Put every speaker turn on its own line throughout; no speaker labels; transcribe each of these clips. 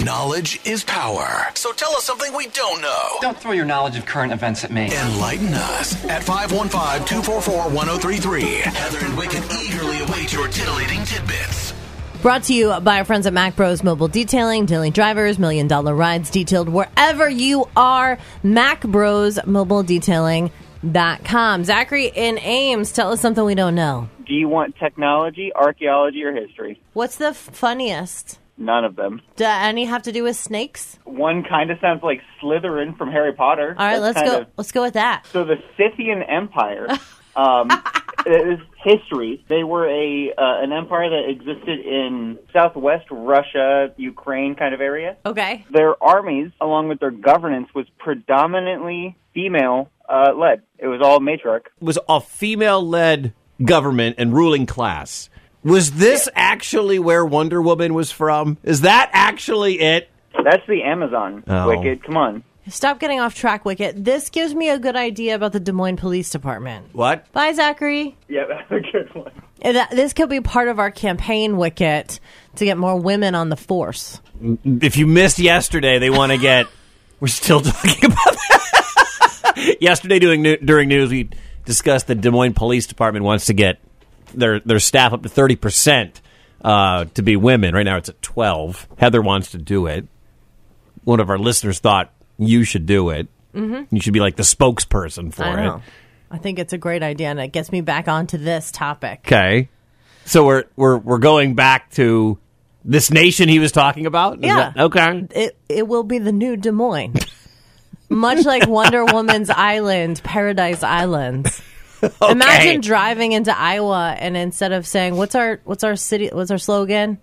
Knowledge is power. So tell us something we don't know.
Don't throw your knowledge of current events at me.
Enlighten us at 515 244 1033. Heather and Wicket eagerly await your titillating tidbits.
Brought to you by our friends at Mac Bros Mobile Detailing, daily drivers, million dollar rides detailed wherever you are. Mac Bros Mobile Detailing.com. Zachary in Ames, tell us something we don't know.
Do you want technology, archaeology, or history?
What's the f- funniest?
None of them.
Do any have to do with snakes?
One kind of sounds like Slytherin from Harry Potter.
All right, let's
That's kind
go.
of-
Let's go with that.
so the Scythian Empire um, is history. They were a uh, an empire that existed in southwest Russia, Ukraine kind of area.
Okay.
Their armies, along with their governance, was predominantly female uh, led. It was all matriarch.
was a female led government and ruling class. Was this actually where Wonder Woman was from? Is that actually it?
That's the Amazon.
Oh.
Wicked, come on.
Stop getting off track, Wicket. This gives me a good idea about the Des Moines Police Department.
What?
Bye, Zachary.
Yeah, that's a good one.
And that- This could be part of our campaign, Wicket, to get more women on the force.
If you missed yesterday, they want to get. We're still talking about that. yesterday, doing new, during news, we discussed the Des Moines Police Department wants to get their their staff up to thirty percent uh, to be women. Right now, it's at twelve. Heather wants to do it. One of our listeners thought you should do it. Mm-hmm. You should be like the spokesperson for
I
it.
know. I think it's a great idea, and it gets me back onto this topic.
Okay. So we're we're we're going back to this nation he was talking about. Is
Yeah.
that- okay.
It it will be the new Des Moines, much like Wonder Woman's Island, Paradise Islands. Imagine driving into Iowa and instead of saying what's our what's our city what's our slogan,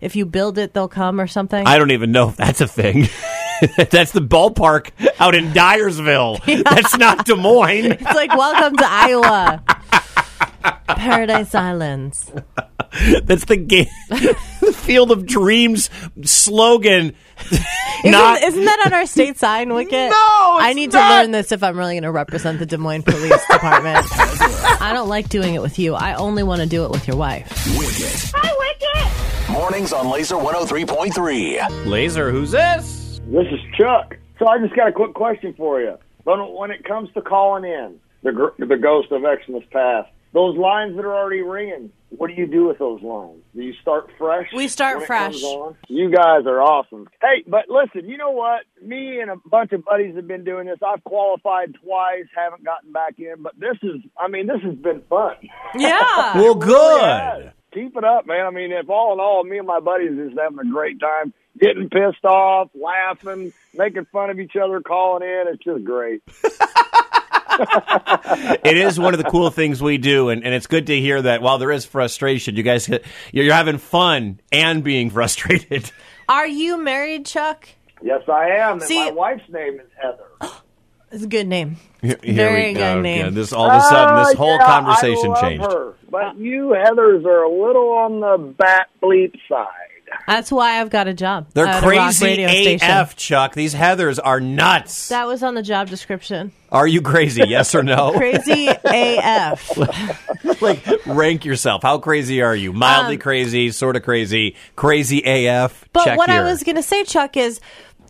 if you build it they'll come or something.
I don't even know if that's a thing. that's the ballpark out in Dyersville. That's not Des Moines.
it's like welcome to Iowa, Paradise Islands.
That's the game. the Field of Dreams slogan. not
isn't, isn't that on our state sign, Wicket? No, I
it's
need
not.
to learn this if I'm really going to represent the Des Moines Police Department. I don't like doing it with you. I only want to do it with your wife.
Wicket.
Hi, Wicket.
Mornings on Laser 103.3.
laser. Who's this?
This is Chuck. So I just got a quick question for you. But when it comes to calling in, the gr- the ghost of Xmas past, those lines that are already ringing, what do you do with those lines? Do you start fresh?
We start
when it
fresh.
comes on? You guys are awesome. Hey, but listen, you know what? Me and a bunch of buddies have been doing this. I've qualified twice, haven't gotten back in, but this is, I mean, this has been fun.
Yeah.
Well,
Yeah.
good.
Keep it up, man. I mean, if all in all, me and my buddies is having a great time, getting pissed off, laughing, making fun of each other, calling in. It's just great.
It is one of the cool things we do, and, and it's good to hear that. While there is frustration, you guys get- you're you're having fun and being frustrated.
Are you married, Chuck?
Yes, I am.
See-
and my wife's name is Heather.
It's a good name.
Here
Very
we
good
go.
name.
Yeah, this all of a sudden, this
Ah,
whole
yeah, I
conversation
love
changed.
Her, but you Heathers are a little on the bat bleep side.
That's why I've got a job.
They're
at a Uh, rock
crazy
radio
AF,
station.
Chuck. These Heathers are nuts.
That was on the job description.
are you crazy? Yes or no?
Crazy AF.
like rank yourself. How crazy are you? Mildly crazy, sort of crazy, crazy AF.
Um, But
Check
what I
here.
was going to say, Chuck, is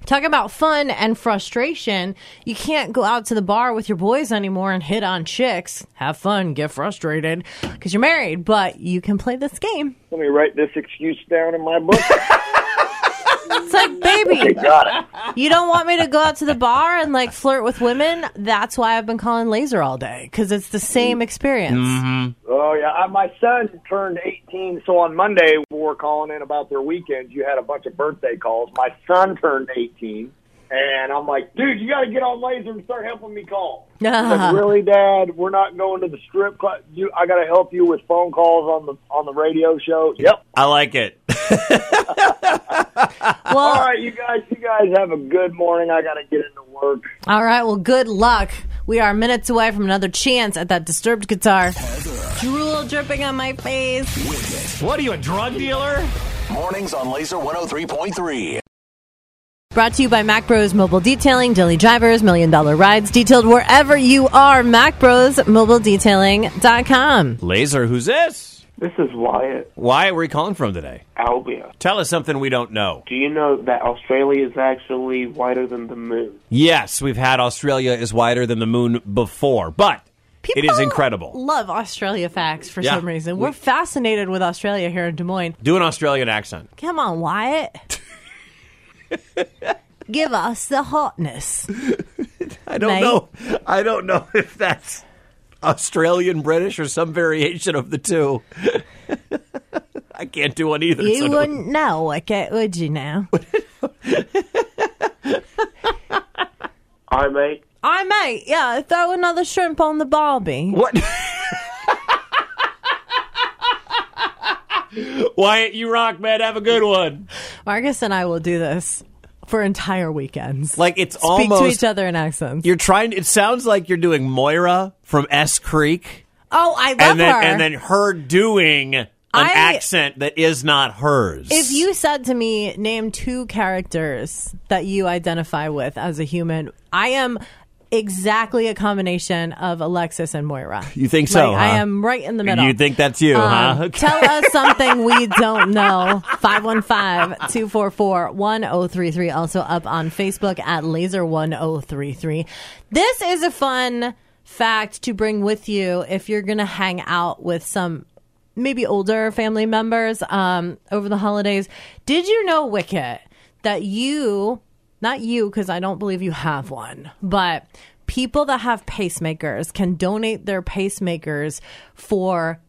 talk about fun and frustration. You can't go out to the bar with your boys anymore and hit on chicks. Have fun, get frustrated because you're married, but you can play this game.
Let me write this excuse down in my book.
It's like, baby, you don't want me to go out to the bar and like flirt with women. That's why I've been calling laser all day because it's the same experience.
Oh yeah, I, my son turned 18, so on Monday we were calling in about their weekends. You had a bunch of birthday calls. My son turned 18, and I'm like, dude, you got to get on laser and start helping me call. He's like,
Uh-huh.
really, Dad? We're not going to the strip club. You, I got to help you with phone calls on the on the radio show. Yep.
I like it.
Well,
All right, you guys, you guys have a good morning. I got to get into work.
all right. Well, good luck. We are minutes away from another chance at that disturbed guitar. Drool dripping on my face.
what are you, a drug dealer?
Mornings on Laser 103.3.
Brought to you by Mac Bros Mobile Detailing, daily drivers, million dollar rides detailed wherever you are. Mac Bros Mobile Detailing.com.
Laser, who's this?
This is Wyatt
Why were you calling from today?
Albia.
Tell us something we don't know.
Do you know that Australia is actually whiter than the moon?
Yes, we've had Australia is wider than the moon before, but it is
People
incredible.
Love Australia facts for
Yeah.
some reason. We're fascinated with Australia here in Des Moines.
Do an Australian accent.
Come on, Wyatt. Give us the hotness.
I don't
Mate.
know. I don't know if that's Australian British or some variation of the two. I can't do one either. so
You
don't-
wouldn't know, okay, would you now?
I mate.
I mate, yeah, throw another shrimp on the barbie.
What? Wyatt, you rock, man. Have a good one.
Marcus and I will do this for entire weekends.
Like it's
Speak to
almost
each other in accents.
you're trying. It sounds like you're doing Moira from S Creek,
Oh, I love
and then
her.
and then her doing an
I-
accent that is not hers.
if you said to me, name two characters that you identify with as a human, I am exactly a combination of Alexis and Moira.
You think so?
Like, I
huh?
am right in the middle.
You think that's you,
Um,
huh?
Tell us something we don't know. 515-244-1033. Also up on Facebook at laser1033. This is a fun fact to bring with you if you're going to hang out with some maybe older family members um, over the holidays. Did you know, Wicket, that you, not you, because I don't believe you have one, but people that have pacemakers can donate their pacemakers for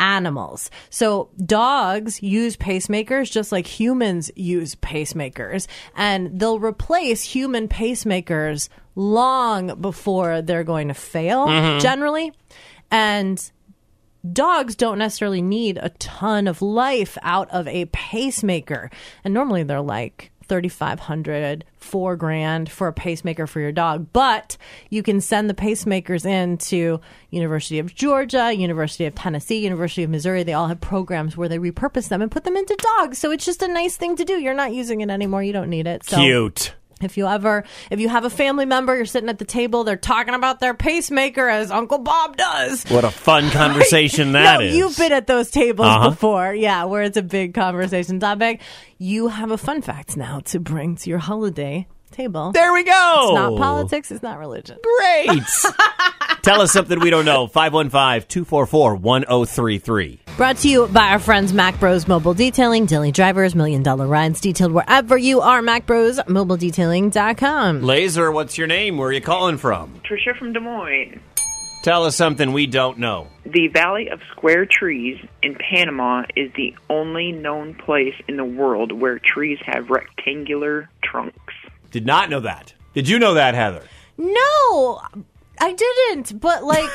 animals. So dogs use pacemakers just like humans use pacemakers and they'll replace human pacemakers long before they're going to fail generally. And dogs don't necessarily need a ton of life out of a pacemaker. And normally they're like 3500 4 grand for a pacemaker for your dog but you can send the pacemakers in to university of georgia university of tennessee university of missouri they all have programs where they repurpose them and put them into dogs so it's just a nice thing to do you're not using it anymore you don't need it so
Cute.
if you ever, if you have a family member, you're sitting at the table, they're talking about their pacemaker as Uncle Bob does.
What a fun conversation that
no,
is.
you've been at those tables
Uh-huh.
before, yeah, where it's a big conversation topic. You have a fun fact now to bring to your holiday table.
there we go.
It's not politics, it's not religion.
Great. Tell us something we don't know. 515 244 1033.
Brought to you by our friends Mac Bros Mobile Detailing, Daily Drivers, Million Dollar Rides, detailed wherever you are, macbrosmobiledetailing.com.
Laser, what's your name? Where are you calling from?
Tricia from Des Moines.
Tell us something we don't know.
The Valley of Square Trees in Panama is the only known place in the world where trees have rectangular trunks.
Did not know that. Did you know that, Heather?
No, I didn't. But like,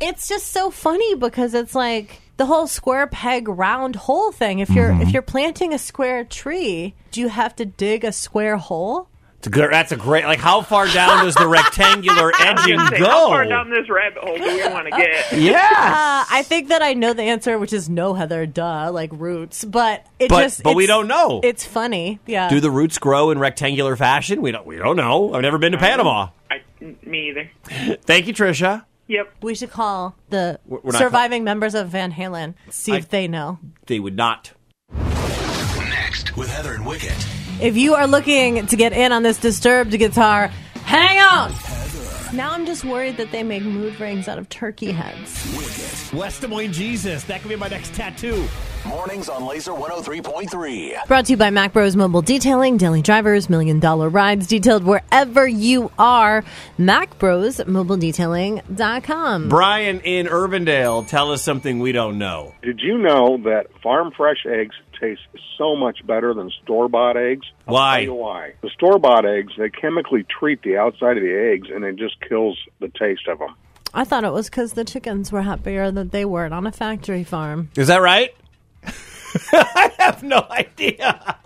it's just so funny because it's like the whole square peg round hole thing. If you're
Mm-hmm.
if you're planting a square tree, do you have to dig a square hole?
It's a good- That's a great. Like, how far down does the rectangular edging
Say,
go?
How far down this rabbit hole do we want to get?
yeah.
Uh, I think that I know the answer, which is no, Heather. Duh, like roots. But it
But-
just
but we
it's-
don't know.
It's uh, funny. Yeah.
Do the roots grow in rectangular fashion? We don't. We don't know. I've never been to Panama.
I, me either.
Thank you, Trisha.
Yep.
we should call the
we're not
surviving members of Van Halen. See
I-
if they know.
They would not.
Next with Heather and Wicket.
If you are looking to get in on this disturbed guitar, hang on. Now I'm just worried that they make mood rings out of turkey heads.
West Des Moines Jesus. That could be my next tattoo.
Mornings on Laser 103.3.
Brought to you by Mac Bros Mobile Detailing, Daily Drivers, Million Dollar Rides, detailed wherever you are. MacBrosMobileDetailing.com.
Brian in Urbandale, tell us something we don't know.
Did you know that farm fresh eggs taste so much better than store bought eggs? I'll
Why?
tell you why. The store bought eggs, they chemically treat the outside of the eggs and it just kills the taste of them.
I thought it was because the chickens were happier that they weren't on a factory farm.
Is that right? I have no idea.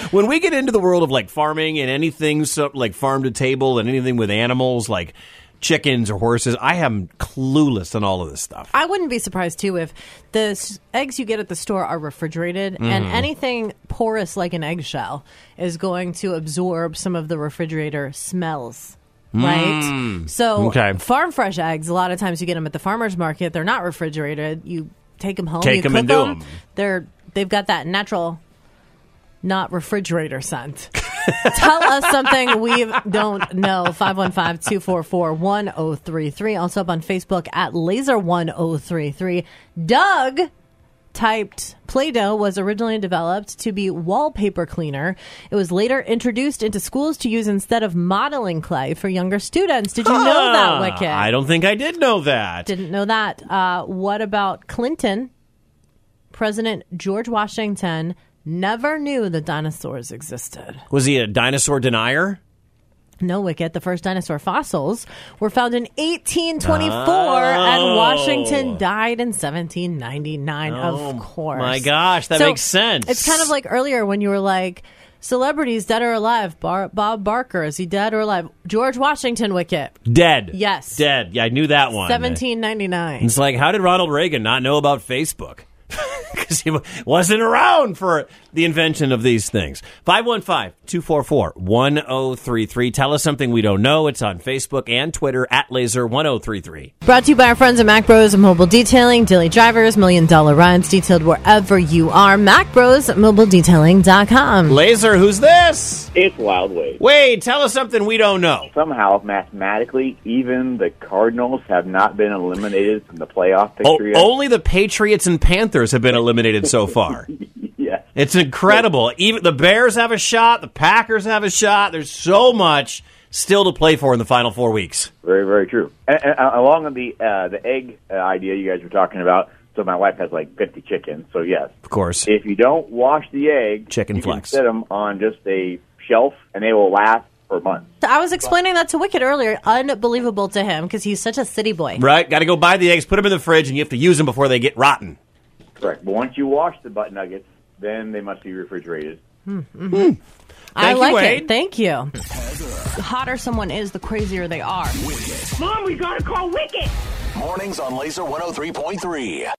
when we get into the world of like farming and anything so, like farm to table and anything with animals like chickens or horses, I am clueless on all of this stuff.
I wouldn't be surprised too if the s- eggs you get at the store are refrigerated, and
Mm.
anything porous like an eggshell is going to absorb some of the refrigerator smells. Right? So,
Mm. Okay.
farm fresh eggs, a lot of times you get them at the farmer's market. They're not refrigerated. You take them home.
Take
you
'em and
cook
do
'em.
'em.
They're they've got that natural, not refrigerator scent. Tell us something we don't know. 515-244-1033. Also up on Facebook at laser1033. Doug typed Play-Doh was originally developed to be wallpaper cleaner. It was later introduced into schools to use instead of modeling clay for younger students. Did you know that,
Ah,
Wicked?
I don't think I did know that.
Didn't know that. Uh, what about Clinton? President George Washington never knew the dinosaurs existed.
Was he a dinosaur denier?
No, Wicket, the first dinosaur fossils were found in 1824,
Oh.
and Washington died in 1799, of course.
Oh my gosh, that
So,
makes sense.
It's kind of like earlier when you were like, celebrities dead or alive. Bar- Bob Barker, is he dead or alive? George Washington, Wicket,
Dead.
Yes.
Dead. Yeah, I knew that one.
1799.
It's like, how did Ronald Reagan not know about Facebook? Because he wa- wasn't around for the invention of these things. 515 244 1033. Tell us something we don't know. It's on Facebook and Twitter at laser1033.
Brought to you by our friends at Mac Bros Mobile Detailing, Daily Drivers, Million Dollar Runs, detailed wherever you are. Mac Bros Mobile Detailing.com.
Laser, who's this?
It's Wild Wave.
Wade, tell us something we don't know.
Somehow, mathematically, even the Cardinals have not been eliminated from the playoff
Oh,
picture yet.
only the Patriots and Panthers have been eliminated so far.
Yes.
It's incredible. Even the Bears have a shot. The Packers have a shot. There's so much still to play for in the final four weeks.
Very, very true. And, and uh, along with the uh, the egg uh, idea you guys were talking about, so my wife has like 50 chickens. So yes,
Of course.
if you don't wash the egg,
Chicken
you can
flex.
set them on just a shelf, and they will last for months.
I was explaining that to Wicked earlier. Unbelievable to him because he's such a city boy.
Right? Got to go buy the eggs, put them in the fridge, and you have to use them before they get rotten.
Correct. But once you wash the butt nuggets, then they must be refrigerated.
I
Thank you,
like it.
Wade.
Thank you. The hotter someone is, the crazier they are.
Wicket.
Mom, we gotta call Wicket.
oh Mornings on Laser 103.3.